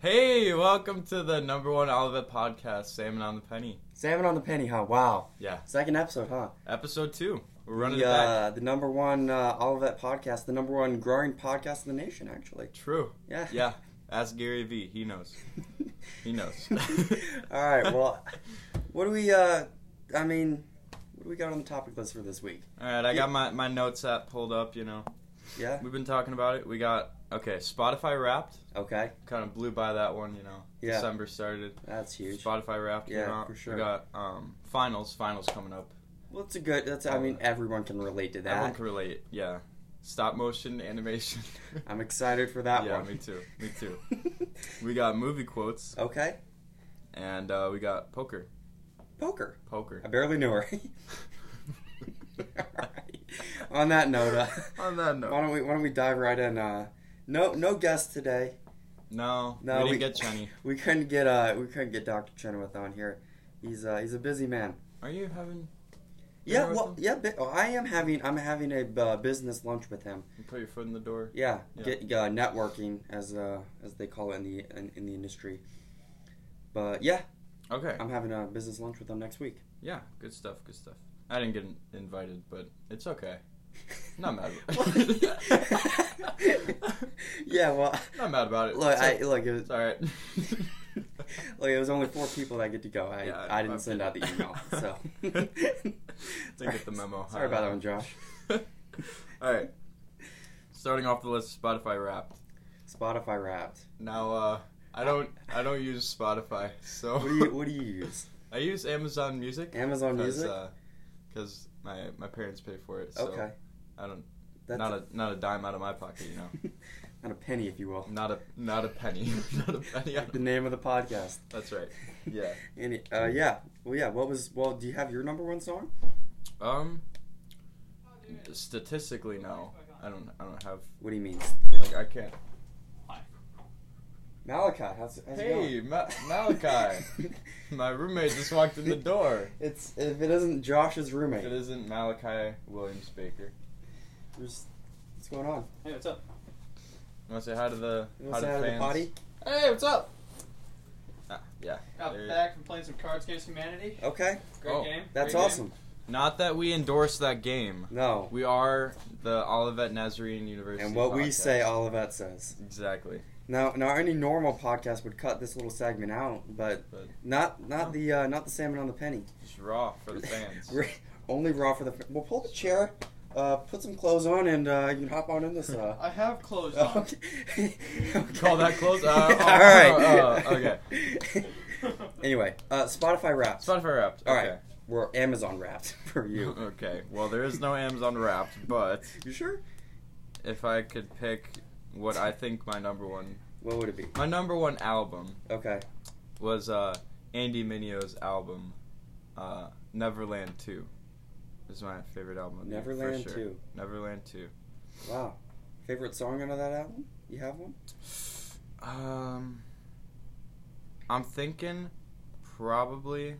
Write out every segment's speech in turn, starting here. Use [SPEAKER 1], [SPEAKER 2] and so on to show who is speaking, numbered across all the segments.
[SPEAKER 1] Hey, welcome to the number one Olivet podcast, Salmon on the Penny.
[SPEAKER 2] Salmon on the penny, huh? Wow.
[SPEAKER 1] Yeah,
[SPEAKER 2] Second episode, huh?
[SPEAKER 1] episode two. We're running
[SPEAKER 2] the,
[SPEAKER 1] it back.
[SPEAKER 2] uh, the number one uh, Olivet podcast, the number one growing podcast in the nation, actually.
[SPEAKER 1] True.
[SPEAKER 2] Yeah.
[SPEAKER 1] Yeah. Ask Gary Vee. He knows. He knows.
[SPEAKER 2] All right. Well, what do we? Uh, I mean, what do we got on the topic list for this week?
[SPEAKER 1] All right, I got my, my notes app pulled up, you know.
[SPEAKER 2] Yeah.
[SPEAKER 1] We've been talking about it. We got, okay, Spotify Wrapped.
[SPEAKER 2] Okay.
[SPEAKER 1] Kind of blew by that one, you know.
[SPEAKER 2] Yeah.
[SPEAKER 1] December started.
[SPEAKER 2] That's huge.
[SPEAKER 1] Spotify Wrapped came
[SPEAKER 2] Yeah,
[SPEAKER 1] out.
[SPEAKER 2] for sure.
[SPEAKER 1] We got um, finals. Finals coming up.
[SPEAKER 2] Well, it's a good. That's. I mean, everyone can relate to
[SPEAKER 1] Everyone
[SPEAKER 2] that.
[SPEAKER 1] can relate. Yeah. Stop motion animation.
[SPEAKER 2] I'm excited for that
[SPEAKER 1] yeah,
[SPEAKER 2] one.
[SPEAKER 1] me too. Me too. We got movie quotes
[SPEAKER 2] okay.
[SPEAKER 1] and uh, we got poker.
[SPEAKER 2] Poker.
[SPEAKER 1] Poker.
[SPEAKER 2] I barely knew her. All right. On that note, uh,
[SPEAKER 1] On that
[SPEAKER 2] why
[SPEAKER 1] note,
[SPEAKER 2] don't we why don't we dive right in? Uh, no no guest today.
[SPEAKER 1] no,
[SPEAKER 2] No,
[SPEAKER 1] we didn't
[SPEAKER 2] we-
[SPEAKER 1] get Chenny.
[SPEAKER 2] We couldn't get uh we couldn't get Dr. Chenoweth on here. He's uh he's a busy man.
[SPEAKER 1] Are you having?
[SPEAKER 2] Yeah,
[SPEAKER 1] dinner with
[SPEAKER 2] well,
[SPEAKER 1] him?
[SPEAKER 2] yeah. bi- oh, I am having I'm having a uh, business lunch with him.
[SPEAKER 1] You put your foot in the door.
[SPEAKER 2] Yeah,
[SPEAKER 1] Yeah.
[SPEAKER 2] get uh, networking as uh as they call it in the in, in the industry. But yeah,
[SPEAKER 1] Okay.
[SPEAKER 2] I'm having a business lunch with him next week.
[SPEAKER 1] Yeah. Good stuff. Good stuff. I didn't get in- invited, but it's okay. Not mad. About it.
[SPEAKER 2] yeah, well,
[SPEAKER 1] Not mad about it.
[SPEAKER 2] look,
[SPEAKER 1] it's,
[SPEAKER 2] I look it was,
[SPEAKER 1] it's all right.
[SPEAKER 2] Like it was only four people that get to go. I,
[SPEAKER 1] Yeah,
[SPEAKER 2] I didn't
[SPEAKER 1] okay.
[SPEAKER 2] send out the email, so
[SPEAKER 1] Didn't get the memo.
[SPEAKER 2] Sorry about that one, Josh.
[SPEAKER 1] all right. Starting off the list, Spotify Wrapped.
[SPEAKER 2] Spotify Wrapped.
[SPEAKER 1] Now, uh, I don't, I don't use Spotify, so
[SPEAKER 2] What do you What do you use?
[SPEAKER 1] I use Amazon Music.
[SPEAKER 2] Amazon Music.
[SPEAKER 1] Because my my parents pay for it, uh, so
[SPEAKER 2] okay,
[SPEAKER 1] I don't
[SPEAKER 2] that's
[SPEAKER 1] not a, not a dime out of my pocket, you know.
[SPEAKER 2] not a penny, if you will.
[SPEAKER 1] not a not a penny, not a penny. Out
[SPEAKER 2] Like the
[SPEAKER 1] of,
[SPEAKER 2] name of the podcast.
[SPEAKER 1] that's right. Yeah.
[SPEAKER 2] Any, uh, yeah. Well, yeah. What was? Well, do you have your number one song?
[SPEAKER 1] Um. Statistically, no. I don't. I don't have.
[SPEAKER 2] What do you mean,
[SPEAKER 1] Like, I can't.
[SPEAKER 2] Malachi? How's, how's
[SPEAKER 1] Hey,
[SPEAKER 2] it
[SPEAKER 1] Ma-
[SPEAKER 2] going?
[SPEAKER 1] Malachi. My roommate just walked in the door.
[SPEAKER 2] It's if it isn't Josh's roommate.
[SPEAKER 1] It isn't Malachi Williams Baker.
[SPEAKER 2] There's- what's going on?
[SPEAKER 3] Hey, what's up?
[SPEAKER 1] You want to say hi to the
[SPEAKER 2] You
[SPEAKER 1] hi to
[SPEAKER 2] wanna say
[SPEAKER 1] the
[SPEAKER 2] hi to the
[SPEAKER 1] fans?
[SPEAKER 2] potty?
[SPEAKER 1] Hey, what's up? Ah, yeah.
[SPEAKER 3] Out
[SPEAKER 1] There-
[SPEAKER 3] back from playing some Cards Against Humanity.
[SPEAKER 2] Okay,
[SPEAKER 3] Great
[SPEAKER 1] Oh,
[SPEAKER 3] game.
[SPEAKER 2] that's
[SPEAKER 3] Great
[SPEAKER 2] awesome.
[SPEAKER 1] Not that we endorse that game.
[SPEAKER 2] No,
[SPEAKER 1] We are the Olivet Nazarene University.
[SPEAKER 2] and what we
[SPEAKER 1] podcast.
[SPEAKER 2] say, Olivet says.
[SPEAKER 1] Exactly.
[SPEAKER 2] Now, now any normal podcast would cut this little segment out, but
[SPEAKER 1] But-
[SPEAKER 2] not not
[SPEAKER 1] No.
[SPEAKER 2] the uh, not the salmon on the penny.
[SPEAKER 1] It's raw for the fans.
[SPEAKER 2] We're only raw for the. Fa- well, pull the chair, uh, put some clothes on, and uh, you can hop on in this.
[SPEAKER 3] game.
[SPEAKER 2] Uh,
[SPEAKER 3] I have clothes on.
[SPEAKER 2] okay. Okay.
[SPEAKER 1] Call that clothes? Uh,
[SPEAKER 2] All
[SPEAKER 1] oh, oh,
[SPEAKER 2] right.
[SPEAKER 1] oh,
[SPEAKER 2] okay. anyway, uh, Spotify Wrapped
[SPEAKER 1] Spotify Wrapped.
[SPEAKER 2] All
[SPEAKER 1] okay.
[SPEAKER 2] right. or Amazon Wrapped for you.
[SPEAKER 1] okay. Well, there is no Amazon Wrapped, but
[SPEAKER 2] You sure?
[SPEAKER 1] if I could pick what I think my number one,
[SPEAKER 2] What would it be?
[SPEAKER 1] my number one album
[SPEAKER 2] Okay.
[SPEAKER 1] was uh, Andy Mineo's album, uh, Neverland Two. Is my favorite album. of the year, for
[SPEAKER 2] Neverland
[SPEAKER 1] sure.
[SPEAKER 2] Two.
[SPEAKER 1] Neverland Two.
[SPEAKER 2] Wow. Favorite song out of that album? You have one?
[SPEAKER 1] Um, I'm thinking probably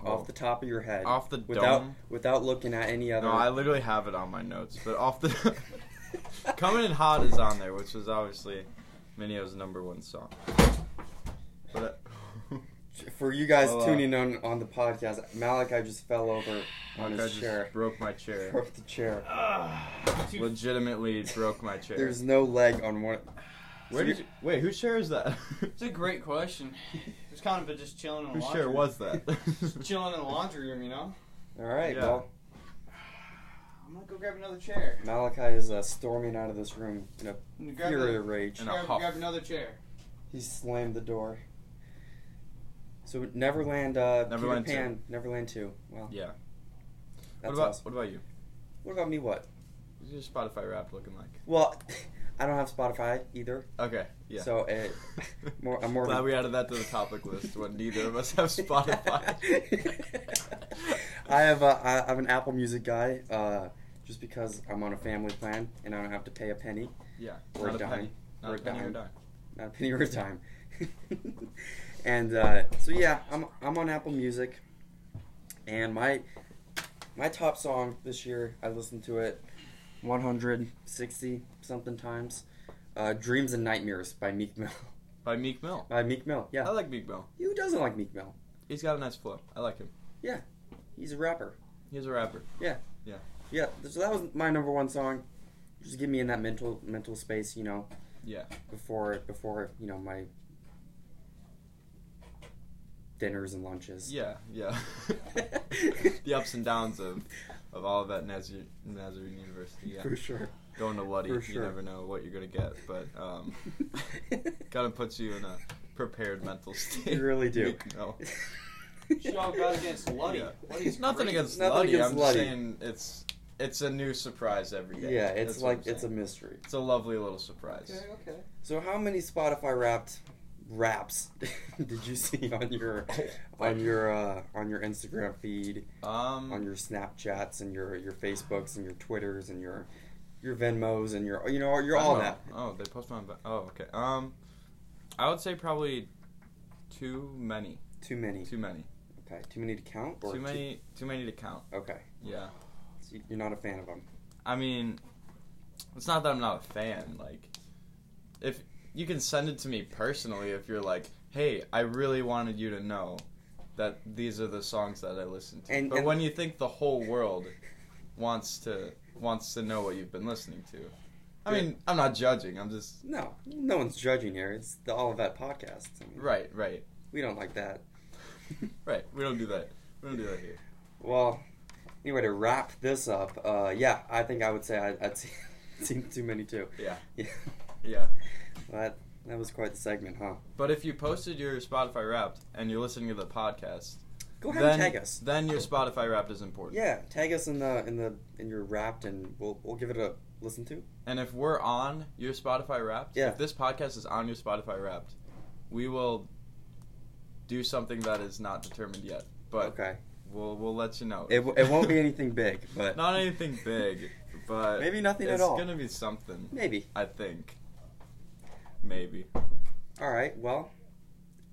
[SPEAKER 2] Off the top of your head,
[SPEAKER 1] off the
[SPEAKER 2] without
[SPEAKER 1] dome.
[SPEAKER 2] without looking at any other.
[SPEAKER 1] No, I literally have it on my notes, but off the coming in hot is uh, on there, which was obviously Mineo's number one song. But uh,
[SPEAKER 2] For you guys
[SPEAKER 1] Oh, uh,
[SPEAKER 2] tuning on on the podcast, Malachi just fell over on
[SPEAKER 1] I
[SPEAKER 2] his
[SPEAKER 1] just
[SPEAKER 2] chair.
[SPEAKER 1] broke my chair.
[SPEAKER 2] Broke the chair.
[SPEAKER 3] Two-
[SPEAKER 1] Legitimately broke my chair.
[SPEAKER 2] There's no leg on one.
[SPEAKER 1] Where did you, wait? Whose chair is that?
[SPEAKER 3] It's a great question. It was kind of a just chilling in the
[SPEAKER 1] Whose
[SPEAKER 3] laundry.
[SPEAKER 1] chair was that?
[SPEAKER 3] Just chilling in the laundry room, you know.
[SPEAKER 2] All right,
[SPEAKER 1] Yeah.
[SPEAKER 2] well,
[SPEAKER 3] I'm gonna go grab another chair.
[SPEAKER 2] Malachi is uh, storming out of this room in a
[SPEAKER 3] I'm gonna grab,
[SPEAKER 2] fury
[SPEAKER 3] the-
[SPEAKER 2] of rage.
[SPEAKER 1] And a
[SPEAKER 3] grab,
[SPEAKER 1] huff.
[SPEAKER 3] grab another chair.
[SPEAKER 2] He slammed the door. So Neverland, uh,
[SPEAKER 1] Neverland
[SPEAKER 2] Peter Pan, Neverland Two. Wow,
[SPEAKER 1] yeah. What
[SPEAKER 2] that's
[SPEAKER 1] about
[SPEAKER 2] awesome.
[SPEAKER 1] what about you?
[SPEAKER 2] What about me? What?
[SPEAKER 1] What's your Spotify rap looking like?
[SPEAKER 2] Well, I don't have Spotify either.
[SPEAKER 1] Okay. Yeah.
[SPEAKER 2] So uh, more, I'm more of
[SPEAKER 1] Glad
[SPEAKER 2] a-
[SPEAKER 1] we added that to the topic list when neither of us have Spotify.
[SPEAKER 2] I have a, I, I'm an Apple Music guy, uh, just because I'm on a family plan and I don't have to pay a penny,
[SPEAKER 1] yeah.
[SPEAKER 2] We're
[SPEAKER 1] Not a
[SPEAKER 2] done.
[SPEAKER 1] penny. Not
[SPEAKER 2] We're
[SPEAKER 1] a penny or
[SPEAKER 2] done.
[SPEAKER 1] dime.
[SPEAKER 2] not a penny or a dime. and uh, so yeah, I'm I'm on Apple Music, and my my top song this year, I listened to it 160 something times. uh, "Dreams and Nightmares" by Meek Mill.
[SPEAKER 1] by Meek Mill.
[SPEAKER 2] by Uh, Meek Mill,
[SPEAKER 1] I
[SPEAKER 2] yeah.
[SPEAKER 1] like Meek Mill.
[SPEAKER 2] Who doesn't like Meek Mill?
[SPEAKER 1] He's got a nice flow. I like him.
[SPEAKER 2] He's a rapper.
[SPEAKER 1] He's a rapper.
[SPEAKER 2] Yeah, so that was my number one song. Just get me in that mental mental space, you know,
[SPEAKER 1] Yeah.
[SPEAKER 2] before before you know my dinners and lunches.
[SPEAKER 1] Yeah, yeah. the ups and downs of, of all of that Nazarene, Nazarene University. Yeah.
[SPEAKER 2] for sure.
[SPEAKER 1] Going to Luddy,
[SPEAKER 2] For
[SPEAKER 1] you
[SPEAKER 2] sure.
[SPEAKER 1] never know what you're gonna get, but um, kind of puts you in a prepared mental state.
[SPEAKER 2] You really do.
[SPEAKER 1] Meek Mill.
[SPEAKER 3] She all got against Luddy.
[SPEAKER 1] Yeah.
[SPEAKER 3] Luddy's
[SPEAKER 1] nothing
[SPEAKER 3] great.
[SPEAKER 1] against
[SPEAKER 2] Nothing
[SPEAKER 1] Luddy.
[SPEAKER 2] against
[SPEAKER 1] I'm
[SPEAKER 2] Luddy.
[SPEAKER 1] just saying it's it's a new surprise every day.
[SPEAKER 2] yeah, it's
[SPEAKER 1] That's what
[SPEAKER 2] like
[SPEAKER 1] I'm
[SPEAKER 2] it's a
[SPEAKER 1] saying.
[SPEAKER 2] mystery.
[SPEAKER 1] it's a lovely little surprise.
[SPEAKER 3] Okay, okay.
[SPEAKER 2] So how many Spotify wrapped raps did you see on your
[SPEAKER 1] Oh,
[SPEAKER 2] on your uh, on your Instagram feed,
[SPEAKER 1] Um,
[SPEAKER 2] on your Snapchats and your your Facebooks and your Twitters and your your Venmos and your you know your
[SPEAKER 1] I
[SPEAKER 2] all
[SPEAKER 1] don't
[SPEAKER 2] that.
[SPEAKER 1] know. Oh, they post my. Oh, okay. Um, I would say probably too many.
[SPEAKER 2] Too many.
[SPEAKER 1] Too many.
[SPEAKER 2] Okay, too many to count. Or
[SPEAKER 1] Too many. Too many to count.
[SPEAKER 2] okay,
[SPEAKER 1] Yeah.
[SPEAKER 2] so you're not a fan of them.
[SPEAKER 1] I mean, it's not that I'm not a fan. Like, if you can send it to me personally, if you're like, hey, I really wanted you to know that these are the songs that I listen to.
[SPEAKER 2] And-
[SPEAKER 1] but
[SPEAKER 2] and-
[SPEAKER 1] when you think the whole world wants to wants to know what you've been listening to, I mean, I'm not judging. I'm just
[SPEAKER 2] No, no one's judging here. It's the All of That podcast. I mean,
[SPEAKER 1] right, right,
[SPEAKER 2] We don't like that.
[SPEAKER 1] right. We don't do that. We don't do that here.
[SPEAKER 2] Well, anyway, to wrap this up, uh, yeah, I think I would say I, I'd seen, seen too many too.
[SPEAKER 1] Yeah.
[SPEAKER 2] Yeah.
[SPEAKER 1] Yeah.
[SPEAKER 2] That that was quite the segment, huh?
[SPEAKER 1] But if you posted your Spotify Wrapped and you're listening to the podcast,
[SPEAKER 2] Go ahead
[SPEAKER 1] then
[SPEAKER 2] and tag us.
[SPEAKER 1] then your Spotify Wrapped is important.
[SPEAKER 2] Yeah, tag us in the in the in your wrapped, and we'll we'll give it a listen to.
[SPEAKER 1] And if we're on your Spotify Wrapped,
[SPEAKER 2] Yeah.
[SPEAKER 1] if this podcast is on your Spotify Wrapped, we will do something that is not determined yet, but
[SPEAKER 2] okay,
[SPEAKER 1] we'll we'll let you know.
[SPEAKER 2] it, w- it won't be anything big, but
[SPEAKER 1] not anything big, but
[SPEAKER 2] Maybe nothing at
[SPEAKER 1] it's
[SPEAKER 2] all.
[SPEAKER 1] gonna be something,
[SPEAKER 2] maybe.
[SPEAKER 1] I think. Maybe
[SPEAKER 2] All right. Well,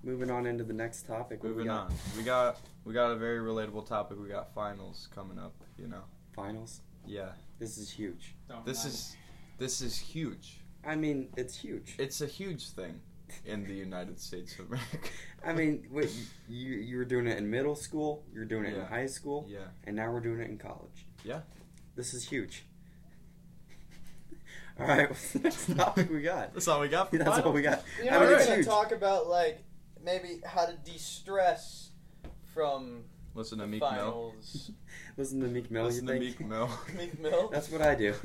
[SPEAKER 2] moving on into the next topic. what we
[SPEAKER 1] moving
[SPEAKER 2] got?
[SPEAKER 1] on. We got we got a very relatable topic. We got finals coming up. You know,
[SPEAKER 2] Finals.
[SPEAKER 1] yeah.
[SPEAKER 2] This is huge.
[SPEAKER 3] Don't
[SPEAKER 1] This
[SPEAKER 3] mind.
[SPEAKER 1] is this is huge.
[SPEAKER 2] I mean, it's huge.
[SPEAKER 1] It's a huge thing in the United States of America.
[SPEAKER 2] I mean, wait, you you were doing it in middle school, you were doing it in
[SPEAKER 1] Yeah.
[SPEAKER 2] high school,
[SPEAKER 1] yeah.
[SPEAKER 2] and now we're doing it in college.
[SPEAKER 1] Yeah.
[SPEAKER 2] This is huge. All right, what's the next topic we got?
[SPEAKER 1] That's all we got. for
[SPEAKER 2] That's all we
[SPEAKER 1] finals.
[SPEAKER 2] got.
[SPEAKER 3] You
[SPEAKER 2] I
[SPEAKER 3] know,
[SPEAKER 2] mean,
[SPEAKER 3] we're
[SPEAKER 2] it's
[SPEAKER 3] gonna
[SPEAKER 2] huge.
[SPEAKER 3] talk about like maybe how to de-stress from
[SPEAKER 1] Listen to Meek Mill.
[SPEAKER 3] finals.
[SPEAKER 2] Listen to Meek Mill.
[SPEAKER 1] Listen
[SPEAKER 2] you
[SPEAKER 1] to
[SPEAKER 2] think?
[SPEAKER 1] Meek Mill.
[SPEAKER 3] Meek Mill.
[SPEAKER 2] That's what I do.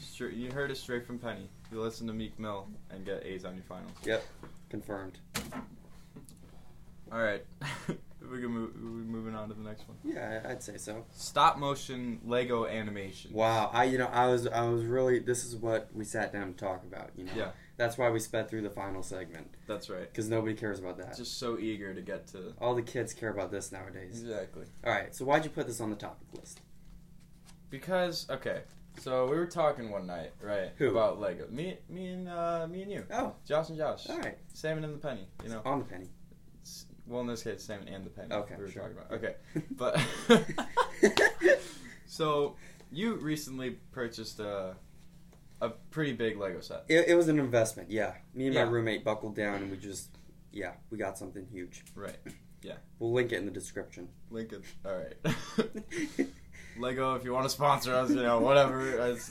[SPEAKER 1] Stra- you heard it straight from Penny. You listen to Meek Mill and get A's on your finals.
[SPEAKER 2] Confirmed.
[SPEAKER 1] All right, we can move. We're moving on to the next one.
[SPEAKER 2] Yeah, I- I'd say so.
[SPEAKER 1] Stop motion Lego animation.
[SPEAKER 2] Wow, I you know I was I was really this is what we sat down to talk about. You know,
[SPEAKER 1] Yeah.
[SPEAKER 2] That's why we sped through the final segment
[SPEAKER 1] That's right.
[SPEAKER 2] because nobody cares about that.
[SPEAKER 1] Just so eager to get to.
[SPEAKER 2] All the kids care about this nowadays.
[SPEAKER 1] Exactly.
[SPEAKER 2] All right, so why'd you put this on the topic list?
[SPEAKER 1] Because okay, so we were talking one night, right?
[SPEAKER 2] Who?
[SPEAKER 1] About Lego. Me, me and uh, me and you,
[SPEAKER 2] Oh,
[SPEAKER 1] Josh and Josh,
[SPEAKER 2] all right.
[SPEAKER 1] Salmon and the Penny. You know,
[SPEAKER 2] on the penny.
[SPEAKER 1] S- well in this case, Salmon and the Penny.
[SPEAKER 2] Okay,
[SPEAKER 1] We were
[SPEAKER 2] sure.
[SPEAKER 1] talking about. Okay, but. So you recently purchased a a pretty big Lego set.
[SPEAKER 2] it, it was an investment. Yeah, me and
[SPEAKER 1] Yeah.
[SPEAKER 2] my roommate buckled down and we just yeah we got something huge.
[SPEAKER 1] Right.
[SPEAKER 2] We'll link it in the description.
[SPEAKER 1] Lincoln. All right. Lego, if you want to sponsor us, you know, whatever. It's,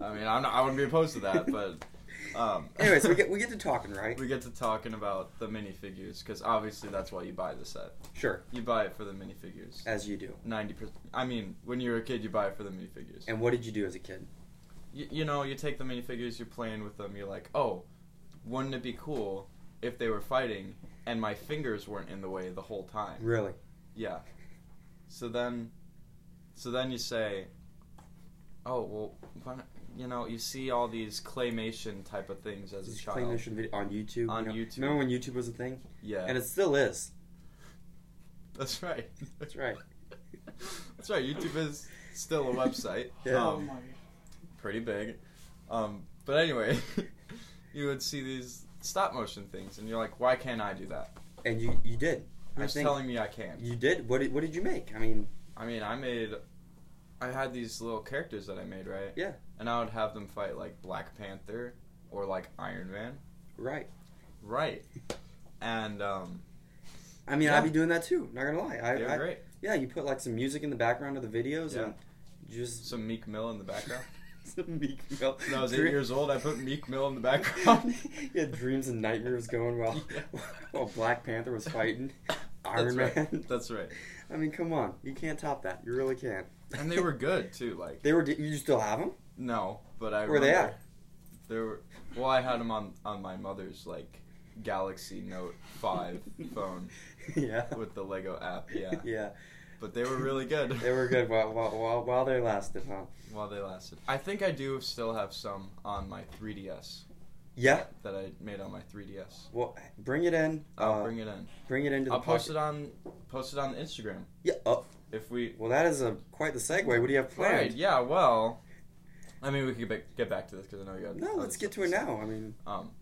[SPEAKER 1] I mean, I'm not, I wouldn't be opposed to that, but um,
[SPEAKER 2] anyway, so we get we get to talking, right?
[SPEAKER 1] we get to talking about the minifigures because obviously that's why you buy the set.
[SPEAKER 2] Sure,
[SPEAKER 1] You buy it for the minifigures.
[SPEAKER 2] as you do.
[SPEAKER 1] Ninety percent. I mean, when you're a kid, you buy it for the minifigures.
[SPEAKER 2] And what did you do as a kid?
[SPEAKER 1] you, you know, you take the minifigures, you're playing with them, you're like, oh, wouldn't it be cool if they were fighting and my fingers weren't in the way the whole time?
[SPEAKER 2] Really?
[SPEAKER 1] Yeah. So then, so then you say, oh, well, why not, you know, you see all these claymation type of things as a
[SPEAKER 2] This
[SPEAKER 1] child.
[SPEAKER 2] claymation video on YouTube.
[SPEAKER 1] On
[SPEAKER 2] you know?
[SPEAKER 1] YouTube.
[SPEAKER 2] Remember when YouTube was a thing?
[SPEAKER 1] Yeah,
[SPEAKER 2] And it still is.
[SPEAKER 1] that's right.
[SPEAKER 2] That's right.
[SPEAKER 1] That's right. YouTube is still a website. Um,
[SPEAKER 2] Yeah.
[SPEAKER 3] Oh my.
[SPEAKER 1] pretty big. Um, but anyway, you would see these stop motion things, and you're like, why can't I do that?
[SPEAKER 2] And you you did. I
[SPEAKER 1] Who's
[SPEAKER 2] think
[SPEAKER 1] telling me I can?
[SPEAKER 2] you did. What did, what did you make? I mean,
[SPEAKER 1] I mean, I made, I had these little characters that I made, right?
[SPEAKER 2] Yeah.
[SPEAKER 1] and I would have them fight like Black Panther or like Iron Man.
[SPEAKER 2] Right.
[SPEAKER 1] Right. And um,
[SPEAKER 2] I mean,
[SPEAKER 1] Yeah.
[SPEAKER 2] I'd be doing that too. Not gonna lie. I,
[SPEAKER 1] they're
[SPEAKER 2] I-
[SPEAKER 1] great.
[SPEAKER 2] yeah, you put like some music in the background of the videos
[SPEAKER 1] Yeah.
[SPEAKER 2] and just
[SPEAKER 1] Some Meek Mill in the background.
[SPEAKER 2] some Meek Mill.
[SPEAKER 1] When I was eight
[SPEAKER 2] Dream-
[SPEAKER 1] years old, I put Meek Mill in the background.
[SPEAKER 2] yeah, dreams and nightmares going while
[SPEAKER 1] Yeah.
[SPEAKER 2] while Black Panther was fighting Iron
[SPEAKER 1] That's
[SPEAKER 2] Man.
[SPEAKER 1] right. That's right.
[SPEAKER 2] I mean, come on, you can't top that. You really can't.
[SPEAKER 1] And they were good too. Like
[SPEAKER 2] They were. You still have them?
[SPEAKER 1] no, but I
[SPEAKER 2] Where they
[SPEAKER 1] remember They were. Well, I had them on on my mother's like Galaxy Note Five phone
[SPEAKER 2] yeah.
[SPEAKER 1] with the Lego app. Yeah,
[SPEAKER 2] Yeah.
[SPEAKER 1] but they were really good.
[SPEAKER 2] They were good while while while, while they lasted, huh?
[SPEAKER 1] while they lasted. I think I do still have some on my 3DS
[SPEAKER 2] Yeah.
[SPEAKER 1] that I made on my 3DS.
[SPEAKER 2] Well, bring it in.
[SPEAKER 1] I'll
[SPEAKER 2] uh,
[SPEAKER 1] bring it in.
[SPEAKER 2] bring it into the
[SPEAKER 1] I'll post
[SPEAKER 2] pocket.
[SPEAKER 1] it on post it on Instagram
[SPEAKER 2] Yeah. Oh,
[SPEAKER 1] if we.
[SPEAKER 2] well, that is a quite the segue. What do you have planned?
[SPEAKER 1] Right. Yeah. Well. I mean, we could ba- get back to this because I know you. had
[SPEAKER 2] No,
[SPEAKER 1] other
[SPEAKER 2] let's get
[SPEAKER 1] stuff
[SPEAKER 2] to it
[SPEAKER 1] say.
[SPEAKER 2] now. I mean,
[SPEAKER 1] Um,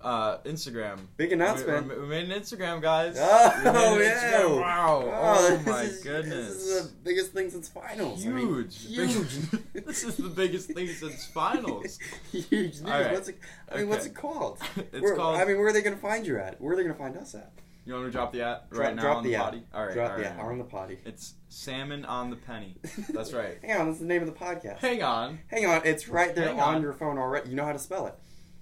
[SPEAKER 1] uh, Instagram.
[SPEAKER 2] big announcement.
[SPEAKER 1] We, we made an Instagram, guys.
[SPEAKER 2] Oh,
[SPEAKER 1] We made an
[SPEAKER 2] yeah.
[SPEAKER 1] Instagram. Wow.
[SPEAKER 2] Oh,
[SPEAKER 1] Oh,
[SPEAKER 2] this
[SPEAKER 1] my
[SPEAKER 2] is-
[SPEAKER 1] goodness.
[SPEAKER 2] This is the biggest thing since finals. I mean,
[SPEAKER 1] Huge.
[SPEAKER 2] huge.
[SPEAKER 1] Big- this is the biggest thing since finals.
[SPEAKER 2] huge news.
[SPEAKER 1] All right.
[SPEAKER 2] What's it, I mean, what's
[SPEAKER 1] Okay.
[SPEAKER 2] it called?
[SPEAKER 1] it's
[SPEAKER 2] Where-
[SPEAKER 1] called.
[SPEAKER 2] I mean, where are they going to find you at? Where are they going to find us at?
[SPEAKER 1] you want me to drop the at
[SPEAKER 2] Drop-
[SPEAKER 1] right now
[SPEAKER 2] drop
[SPEAKER 1] on
[SPEAKER 2] the
[SPEAKER 1] the
[SPEAKER 2] at.
[SPEAKER 1] body? All right.
[SPEAKER 2] Drop
[SPEAKER 1] all
[SPEAKER 2] the
[SPEAKER 1] right,
[SPEAKER 2] at
[SPEAKER 1] all right.
[SPEAKER 2] on the potty.
[SPEAKER 1] It's salmon on the penny. That's right.
[SPEAKER 2] Hang on, that's the name of the podcast.
[SPEAKER 1] Hang on.
[SPEAKER 2] Hang on, it's right there
[SPEAKER 1] Hang
[SPEAKER 2] on.
[SPEAKER 1] on.
[SPEAKER 2] your phone already. You know how to spell it.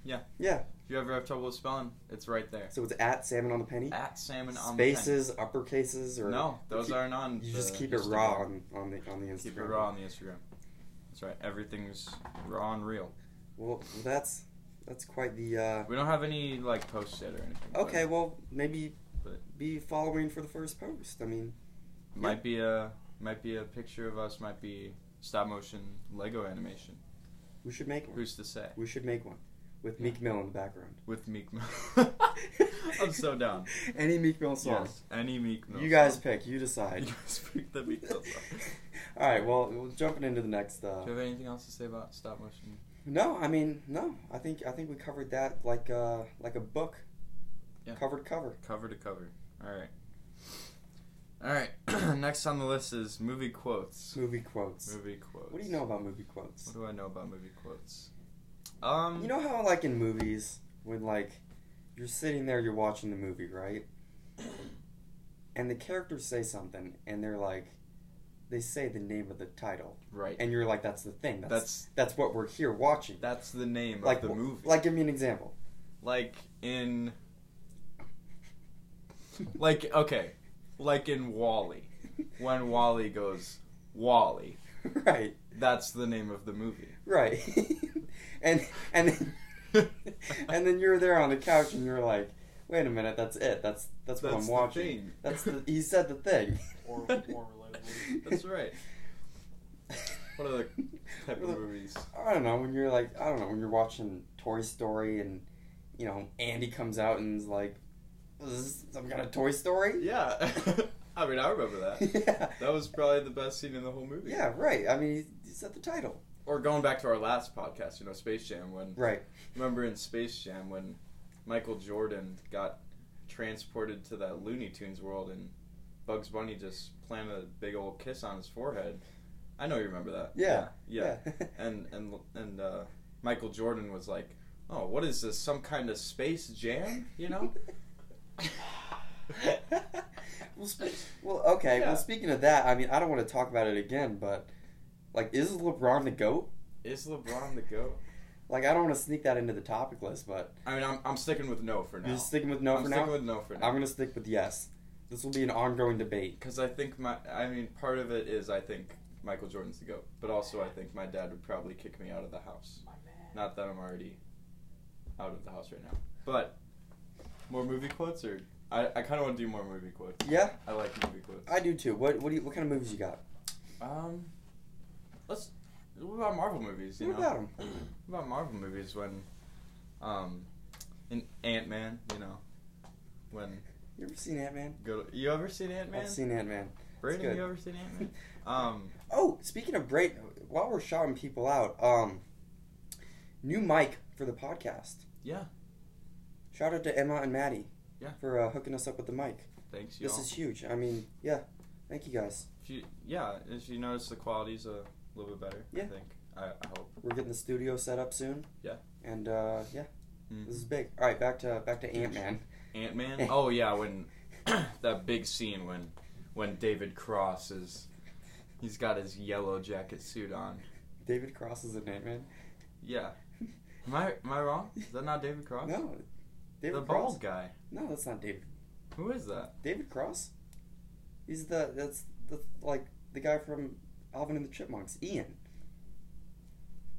[SPEAKER 1] Yeah.
[SPEAKER 2] Yeah.
[SPEAKER 1] If you ever have trouble with spelling, it's right there.
[SPEAKER 2] So it's at salmon on the penny.
[SPEAKER 1] At salmon on
[SPEAKER 2] Spaces, uppercases,
[SPEAKER 1] the
[SPEAKER 2] or
[SPEAKER 1] penny. No, those
[SPEAKER 2] you,
[SPEAKER 1] aren't on.
[SPEAKER 2] You just
[SPEAKER 1] the
[SPEAKER 2] keep it
[SPEAKER 1] Instagram.
[SPEAKER 2] raw on, on the on the Instagram.
[SPEAKER 1] Keep it raw on the Instagram. That's right. Everything's raw and real.
[SPEAKER 2] Well, that's that's quite the. uh
[SPEAKER 1] We don't have any like posts yet or anything. but
[SPEAKER 2] Okay, well maybe
[SPEAKER 1] But-
[SPEAKER 2] be following for the first post. I mean,
[SPEAKER 1] Might be a might be a picture of us. Might be stop motion Lego animation.
[SPEAKER 2] we should make one.
[SPEAKER 1] Who's to say?
[SPEAKER 2] We should make one with
[SPEAKER 1] Yeah.
[SPEAKER 2] Meek Mill in the background.
[SPEAKER 1] With Meek Mill. I'm so down.
[SPEAKER 2] Any Meek Mill song.
[SPEAKER 1] Yes. Any Meek Mill.
[SPEAKER 2] you guys
[SPEAKER 1] song.
[SPEAKER 2] pick. You decide.
[SPEAKER 1] You guys pick the Meek Mill song.
[SPEAKER 2] All right. Well, we're jumping into the next. Uh,
[SPEAKER 1] Do you have anything else to say about stop motion?
[SPEAKER 2] No, I mean no. I think I think we covered that like uh like a book.
[SPEAKER 1] Yeah.
[SPEAKER 2] Cover to cover.
[SPEAKER 1] Cover to cover. All right. All right. Next on the list is movie quotes.
[SPEAKER 2] Movie quotes.
[SPEAKER 1] Movie quotes.
[SPEAKER 2] What do you know about movie quotes?
[SPEAKER 1] What do I know about movie quotes? Um.
[SPEAKER 2] You know how like in movies when like you're sitting there you're watching the movie, right? And the characters say something and they're like they say the name of the title
[SPEAKER 1] Right.
[SPEAKER 2] and you're like that's the thing. That's that's,
[SPEAKER 1] That's
[SPEAKER 2] what we're here watching.
[SPEAKER 1] that's the name
[SPEAKER 2] like
[SPEAKER 1] of the
[SPEAKER 2] wh-
[SPEAKER 1] movie.
[SPEAKER 2] Like give me an example.
[SPEAKER 1] like in like okay like in wally when wally goes wally
[SPEAKER 2] right.
[SPEAKER 1] that's the name of the movie
[SPEAKER 2] Right. and and then, and then you're there on the couch and you're like, wait a minute, that's it. That's that's what
[SPEAKER 1] That's
[SPEAKER 2] I'm
[SPEAKER 1] the
[SPEAKER 2] watching.
[SPEAKER 1] thing.
[SPEAKER 2] That's the he said the thing.
[SPEAKER 3] Or more relatable.
[SPEAKER 1] that's right What are the type of
[SPEAKER 2] Well,
[SPEAKER 1] movies
[SPEAKER 2] I don't know, when you're like I don't know, when you're watching Toy Story and you know, Andy comes out and is like is this some kind of Toy Story?
[SPEAKER 1] yeah i mean i remember that
[SPEAKER 2] yeah.
[SPEAKER 1] that was probably the best scene in the whole movie
[SPEAKER 2] Yeah, right. I mean he, he said the title.
[SPEAKER 1] or going back to our last podcast you know space jam when
[SPEAKER 2] Right.
[SPEAKER 1] remember in space jam when michael jordan got transported to that looney tunes world and bugs bunny just planted a big old kiss on his forehead i know you remember that
[SPEAKER 2] Yeah.
[SPEAKER 1] yeah, yeah. and and and uh, michael jordan was like oh what is this some kind of space jam you know
[SPEAKER 2] well, spe- well, okay.
[SPEAKER 1] Yeah.
[SPEAKER 2] Well, speaking of that, I mean, I don't want to talk about it again, but like, is LeBron the goat?
[SPEAKER 1] is lebron the goat
[SPEAKER 2] Like, I don't want to sneak that into the topic list, but
[SPEAKER 1] i mean i'm, I'm sticking with no for now
[SPEAKER 2] you're sticking with no
[SPEAKER 1] i'm
[SPEAKER 2] for
[SPEAKER 1] sticking
[SPEAKER 2] now.
[SPEAKER 1] with no for
[SPEAKER 2] I'm
[SPEAKER 1] now
[SPEAKER 2] gonna stick with yes. This will be an ongoing debate.
[SPEAKER 1] because i think my i mean part of it is i think michael jordan's the goat but also i think my dad would probably kick me out of the house
[SPEAKER 3] My man.
[SPEAKER 1] Not that I'm already out of the house right now. But more movie quotes, or I, I kind of want to do more movie quotes.
[SPEAKER 2] Yeah,
[SPEAKER 1] I like movie quotes.
[SPEAKER 2] I do too. What what do you, what kind of movies you got?
[SPEAKER 1] um, let's. What about Marvel movies? You
[SPEAKER 2] What
[SPEAKER 1] know,
[SPEAKER 2] about 'em?
[SPEAKER 1] What about Marvel movies when, um, in Ant Man, you know, when
[SPEAKER 2] You ever seen Ant Man?
[SPEAKER 1] go. You ever seen Ant Man?
[SPEAKER 2] I've seen Ant Man.
[SPEAKER 1] Brandon,
[SPEAKER 2] good.
[SPEAKER 1] you ever seen Ant Man? Um,
[SPEAKER 2] Oh, speaking of break, while we're shouting people out, um, new mic for the podcast.
[SPEAKER 1] Yeah.
[SPEAKER 2] Shout out to Emma and Maddie.
[SPEAKER 1] Yeah.
[SPEAKER 2] For uh, hooking us up with the mic.
[SPEAKER 1] thanks y'all.
[SPEAKER 2] This is huge. I mean, yeah. Thank you guys.
[SPEAKER 1] If you, yeah, if you notice the quality's a little bit better,
[SPEAKER 2] Yeah.
[SPEAKER 1] I think. I, I hope.
[SPEAKER 2] We're getting the studio set up soon.
[SPEAKER 1] Yeah.
[SPEAKER 2] And uh, yeah, this
[SPEAKER 1] Mm.
[SPEAKER 2] is big. All right, back to back to Ant Man.
[SPEAKER 1] Ant Man. Oh yeah, when that big scene when when David Cross is he's got his yellow jacket suit on.
[SPEAKER 2] David Cross is an Ant Man.
[SPEAKER 1] Yeah. Am I am I wrong? Is that not David Cross?
[SPEAKER 2] No, David
[SPEAKER 1] the
[SPEAKER 2] Cross.
[SPEAKER 1] bald guy.
[SPEAKER 2] No, that's not David.
[SPEAKER 1] Who is that?
[SPEAKER 2] David Cross. He's the that's that's like the guy from Alvin and the Chipmunks. Ian.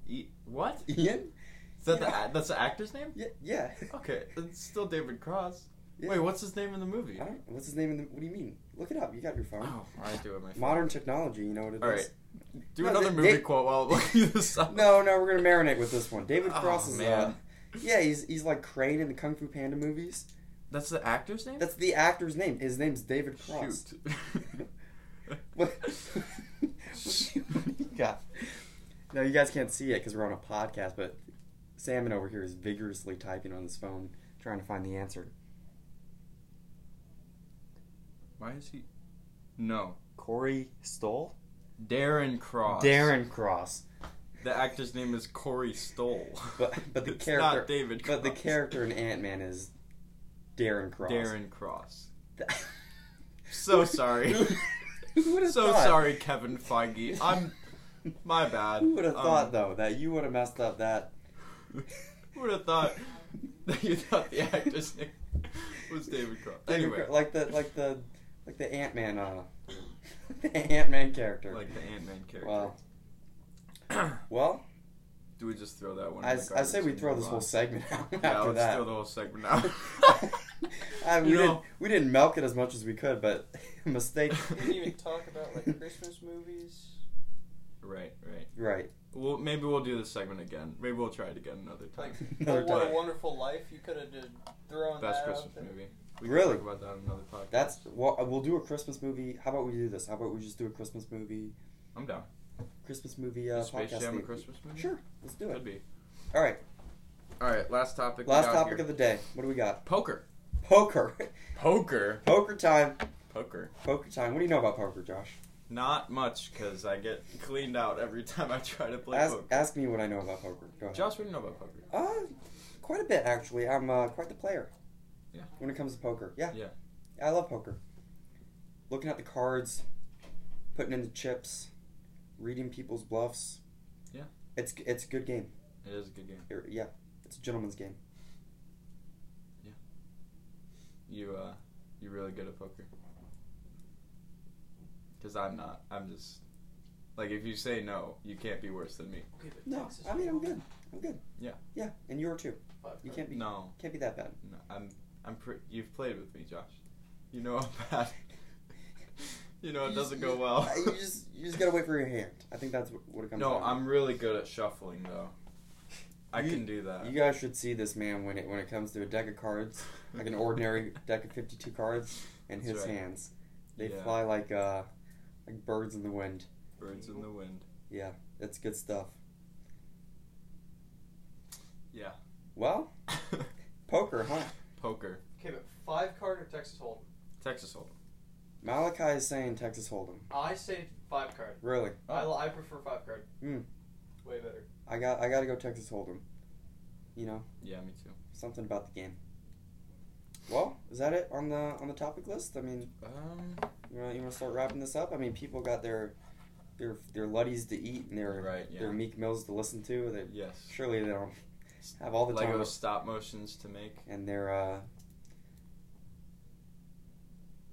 [SPEAKER 1] E- what?
[SPEAKER 2] Ian.
[SPEAKER 1] Is that
[SPEAKER 2] Yeah.
[SPEAKER 1] the a- that's the actor's name?
[SPEAKER 2] Yeah. Yeah.
[SPEAKER 1] Okay, it's still David Cross.
[SPEAKER 2] Yeah.
[SPEAKER 1] Wait, what's his name in the movie?
[SPEAKER 2] I don't, what's his name? In the, what do you mean? Look it up. You got your phone.
[SPEAKER 1] Oh, I do it my
[SPEAKER 2] Modern technology. You know what it is.
[SPEAKER 1] All right. Do
[SPEAKER 2] No,
[SPEAKER 1] another
[SPEAKER 2] they-
[SPEAKER 1] movie
[SPEAKER 2] they-
[SPEAKER 1] quote while I'm looking this up.
[SPEAKER 2] No, no, we're gonna marinate with this one. David
[SPEAKER 1] Oh,
[SPEAKER 2] Cross is uh,
[SPEAKER 1] man.
[SPEAKER 2] yeah, he's he's like Crane in the Kung Fu Panda movies.
[SPEAKER 1] That's the actor's name?
[SPEAKER 2] That's the actor's name. His name's David Cross.
[SPEAKER 1] Shoot.
[SPEAKER 2] What? what you what you got? No, you guys can't see it because we're on a podcast, but Salmon over here is vigorously typing on his phone, trying to find the answer.
[SPEAKER 1] Why is he? No,
[SPEAKER 2] Corey Stoll?
[SPEAKER 1] Darren Cross.
[SPEAKER 2] Darren Cross.
[SPEAKER 1] The actor's name is Corey Stoll.
[SPEAKER 2] But but the
[SPEAKER 1] It's
[SPEAKER 2] character
[SPEAKER 1] not David. Cross.
[SPEAKER 2] but the character in Ant Man is Darren Cross.
[SPEAKER 1] Darren Cross.
[SPEAKER 2] Who-
[SPEAKER 1] So sorry.
[SPEAKER 2] Who would have
[SPEAKER 1] so
[SPEAKER 2] thought?
[SPEAKER 1] sorry, Kevin Feige. I'm my bad.
[SPEAKER 2] Who would have
[SPEAKER 1] Um,
[SPEAKER 2] thought though that you would have messed up that?
[SPEAKER 1] Who would have thought that you thought the actor's name was David Cross?
[SPEAKER 2] David
[SPEAKER 1] Anyway,
[SPEAKER 2] Cro- like the like the like the Ant Man uh, the Ant Man character.
[SPEAKER 1] like the Ant Man character.
[SPEAKER 2] Wow. well,
[SPEAKER 1] Do we just throw that one? in
[SPEAKER 2] I,
[SPEAKER 1] the
[SPEAKER 2] I say
[SPEAKER 1] garbage
[SPEAKER 2] we
[SPEAKER 1] and
[SPEAKER 2] throw
[SPEAKER 1] move
[SPEAKER 2] this
[SPEAKER 1] on?
[SPEAKER 2] whole segment out
[SPEAKER 1] Yeah,
[SPEAKER 2] after
[SPEAKER 1] let's
[SPEAKER 2] that.
[SPEAKER 1] throw the whole segment out.
[SPEAKER 2] I, we,
[SPEAKER 1] You know-
[SPEAKER 2] didn't, we didn't milk it as much as we could, but mistake.
[SPEAKER 1] We
[SPEAKER 3] We didn't even talk about like Christmas movies.
[SPEAKER 1] Right, right.
[SPEAKER 2] Right.
[SPEAKER 1] Well, maybe we'll do this segment again. Maybe we'll try it again another time.
[SPEAKER 3] Like,
[SPEAKER 2] Another
[SPEAKER 3] oh, what
[SPEAKER 2] time.
[SPEAKER 3] a Wonderful Life. You could have just thrown
[SPEAKER 1] Best
[SPEAKER 3] that
[SPEAKER 1] Christmas
[SPEAKER 3] out there.
[SPEAKER 1] movie.
[SPEAKER 2] Really?
[SPEAKER 1] Talk about that on another podcast.
[SPEAKER 2] That's well. We'll do a Christmas movie. How about we do this? How about we just do a Christmas movie?
[SPEAKER 1] I'm down.
[SPEAKER 2] Christmas movie uh,
[SPEAKER 1] Is Space
[SPEAKER 2] podcast.
[SPEAKER 1] Jam a
[SPEAKER 2] thing?
[SPEAKER 1] Christmas movie?
[SPEAKER 2] Sure, let's do
[SPEAKER 1] Could
[SPEAKER 2] it.
[SPEAKER 1] be.
[SPEAKER 2] All right.
[SPEAKER 1] All right. Last topic. we
[SPEAKER 2] Last
[SPEAKER 1] got
[SPEAKER 2] topic
[SPEAKER 1] here.
[SPEAKER 2] of the day. What do we got?
[SPEAKER 1] poker.
[SPEAKER 2] Poker.
[SPEAKER 1] Poker.
[SPEAKER 2] poker time.
[SPEAKER 1] Poker.
[SPEAKER 2] Poker time. What do you know about poker, Josh?
[SPEAKER 1] Not much, cause I get cleaned out every time I try to play
[SPEAKER 2] Ask,
[SPEAKER 1] poker.
[SPEAKER 2] ask me what I know about poker. Go ahead.
[SPEAKER 1] Josh, what do you know about poker?
[SPEAKER 2] Uh, quite a bit actually. I'm uh, quite the player.
[SPEAKER 1] Yeah.
[SPEAKER 2] When it comes to poker, yeah.
[SPEAKER 1] Yeah.
[SPEAKER 2] I love poker. Looking at the cards, putting in the chips, reading people's bluffs.
[SPEAKER 1] Yeah.
[SPEAKER 2] It's it's a good game.
[SPEAKER 1] It is a good game.
[SPEAKER 2] It- yeah. It's a gentleman's game.
[SPEAKER 1] You uh, you really good at poker. Cause I'm not. I'm just like if you say no, you can't be worse than me.
[SPEAKER 3] Okay, but
[SPEAKER 2] No,
[SPEAKER 3] Texas
[SPEAKER 2] I mean I'm
[SPEAKER 3] Hold'em,
[SPEAKER 2] good. I'm good.
[SPEAKER 1] Yeah.
[SPEAKER 2] Yeah, and you're too.
[SPEAKER 3] five
[SPEAKER 2] You
[SPEAKER 3] cards.
[SPEAKER 2] can't be
[SPEAKER 1] No.
[SPEAKER 2] can't be that bad.
[SPEAKER 1] No, I'm. I'm. Pre- you've played with me, Josh. You know I'm bad. you know
[SPEAKER 2] You
[SPEAKER 1] it
[SPEAKER 2] just-
[SPEAKER 1] doesn't go
[SPEAKER 2] you-
[SPEAKER 1] well.
[SPEAKER 2] uh, you just you just gotta wait for your hand. I think that's what, what it comes.
[SPEAKER 1] no,
[SPEAKER 2] down to.
[SPEAKER 1] I'm really good at shuffling though. I
[SPEAKER 2] You-
[SPEAKER 1] can do that.
[SPEAKER 2] You guys should see this man when it when it comes to a deck of cards, like an ordinary deck of fifty two cards, and
[SPEAKER 1] That's
[SPEAKER 2] his
[SPEAKER 1] right.
[SPEAKER 2] hands. They
[SPEAKER 1] Yeah.
[SPEAKER 2] fly like uh, like birds in the wind.
[SPEAKER 1] Birds in the wind.
[SPEAKER 2] Yeah, that's good stuff.
[SPEAKER 1] Yeah.
[SPEAKER 2] Well, poker, huh?
[SPEAKER 1] Poker.
[SPEAKER 3] Okay, but five card or Texas Hold'em?
[SPEAKER 1] Texas Hold'em.
[SPEAKER 2] Malachi is saying Texas Hold'em.
[SPEAKER 3] I say five card.
[SPEAKER 2] Really,
[SPEAKER 3] I,
[SPEAKER 1] Oh.
[SPEAKER 3] li- I prefer five card.
[SPEAKER 2] Hmm.
[SPEAKER 3] Way better.
[SPEAKER 2] I got I gotta go Texas Hold'em. You know
[SPEAKER 1] Yeah, me too.
[SPEAKER 2] something about the game. Well, is that it on the on the topic list? I mean,
[SPEAKER 1] Um.
[SPEAKER 2] you want you want to start wrapping this up? I mean, people got their their their luddies to eat and their
[SPEAKER 1] Right, yeah.
[SPEAKER 2] their Meek Mills to listen to. They
[SPEAKER 1] Yes.
[SPEAKER 2] Surely they don't have all the
[SPEAKER 1] Lego
[SPEAKER 2] time
[SPEAKER 1] stop motions to make.
[SPEAKER 2] and their uh,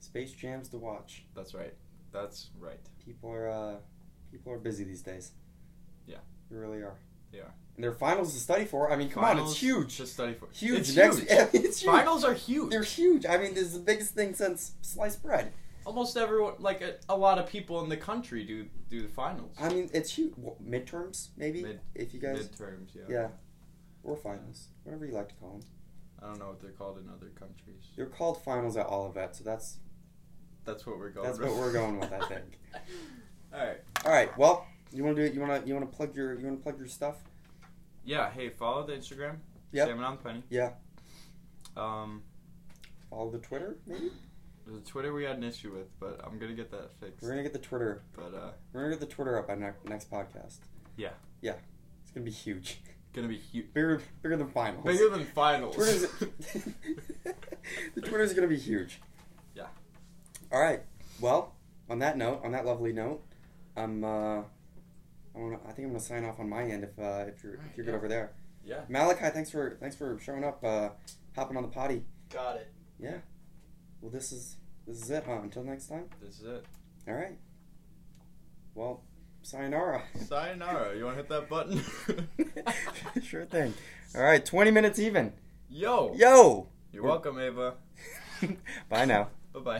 [SPEAKER 2] space jams to watch.
[SPEAKER 1] That's right. That's right.
[SPEAKER 2] People are uh, people are busy these days.
[SPEAKER 1] Yeah.
[SPEAKER 2] they really are.
[SPEAKER 1] They are.
[SPEAKER 2] And their finals to study for. I mean, come on,
[SPEAKER 1] Finals
[SPEAKER 2] it's huge,
[SPEAKER 1] To study for.
[SPEAKER 2] huge.
[SPEAKER 1] It's
[SPEAKER 2] Next,
[SPEAKER 1] huge.
[SPEAKER 2] it's huge.
[SPEAKER 1] Finals are huge.
[SPEAKER 2] They're huge. I mean, this is the biggest thing since sliced bread.
[SPEAKER 1] Almost everyone, like a, a lot of people in the country, do do the finals.
[SPEAKER 2] I mean, it's huge. What, midterms, maybe
[SPEAKER 1] Mid-
[SPEAKER 2] if you guys,
[SPEAKER 1] midterms. Yeah.
[SPEAKER 2] yeah, or finals, whatever you like to call them.
[SPEAKER 1] I don't know what they're called in other countries.
[SPEAKER 2] They're called finals at Olivet, so that's
[SPEAKER 1] That's what we're going.
[SPEAKER 2] that's
[SPEAKER 1] with.
[SPEAKER 2] what we're going with, I think.
[SPEAKER 1] All right.
[SPEAKER 2] All right. Well, you want to do it? You want to? You want to plug your? You want to plug your stuff?
[SPEAKER 1] Yeah. Hey, follow the Instagram.
[SPEAKER 2] Yep.
[SPEAKER 1] Sam and I'm Penny.
[SPEAKER 2] Yeah.
[SPEAKER 1] Um,
[SPEAKER 2] Follow the Twitter, maybe.
[SPEAKER 1] the Twitter we had an issue with, but I'm gonna get that fixed.
[SPEAKER 2] We're gonna get the Twitter.
[SPEAKER 1] But uh,
[SPEAKER 2] We're gonna get the Twitter up on ne- next podcast.
[SPEAKER 1] Yeah.
[SPEAKER 2] It's gonna be huge.
[SPEAKER 1] Gonna be huge.
[SPEAKER 2] Bigger, bigger than finals.
[SPEAKER 1] Bigger than finals.
[SPEAKER 2] Twitter's, the Twitter's gonna be huge.
[SPEAKER 1] Yeah.
[SPEAKER 2] All right. Well, on that note, on that lovely note, I'm. Uh, I, wanna, I think I'm gonna sign off on my end if uh, if you're if you're good
[SPEAKER 1] Yeah.
[SPEAKER 2] over there.
[SPEAKER 1] Yeah.
[SPEAKER 2] Malachi, thanks for thanks for showing up, uh, hopping on the potty.
[SPEAKER 3] Got it.
[SPEAKER 2] Well, this is this is it, huh? Until next time.
[SPEAKER 1] This is it.
[SPEAKER 2] All right. Well, sayonara.
[SPEAKER 1] Sayonara. You wanna hit that button?
[SPEAKER 2] sure thing. All right, 20 minutes even.
[SPEAKER 1] Yo.
[SPEAKER 2] Yo.
[SPEAKER 1] You're welcome, Ava.
[SPEAKER 2] Bye now.
[SPEAKER 1] Bye bye.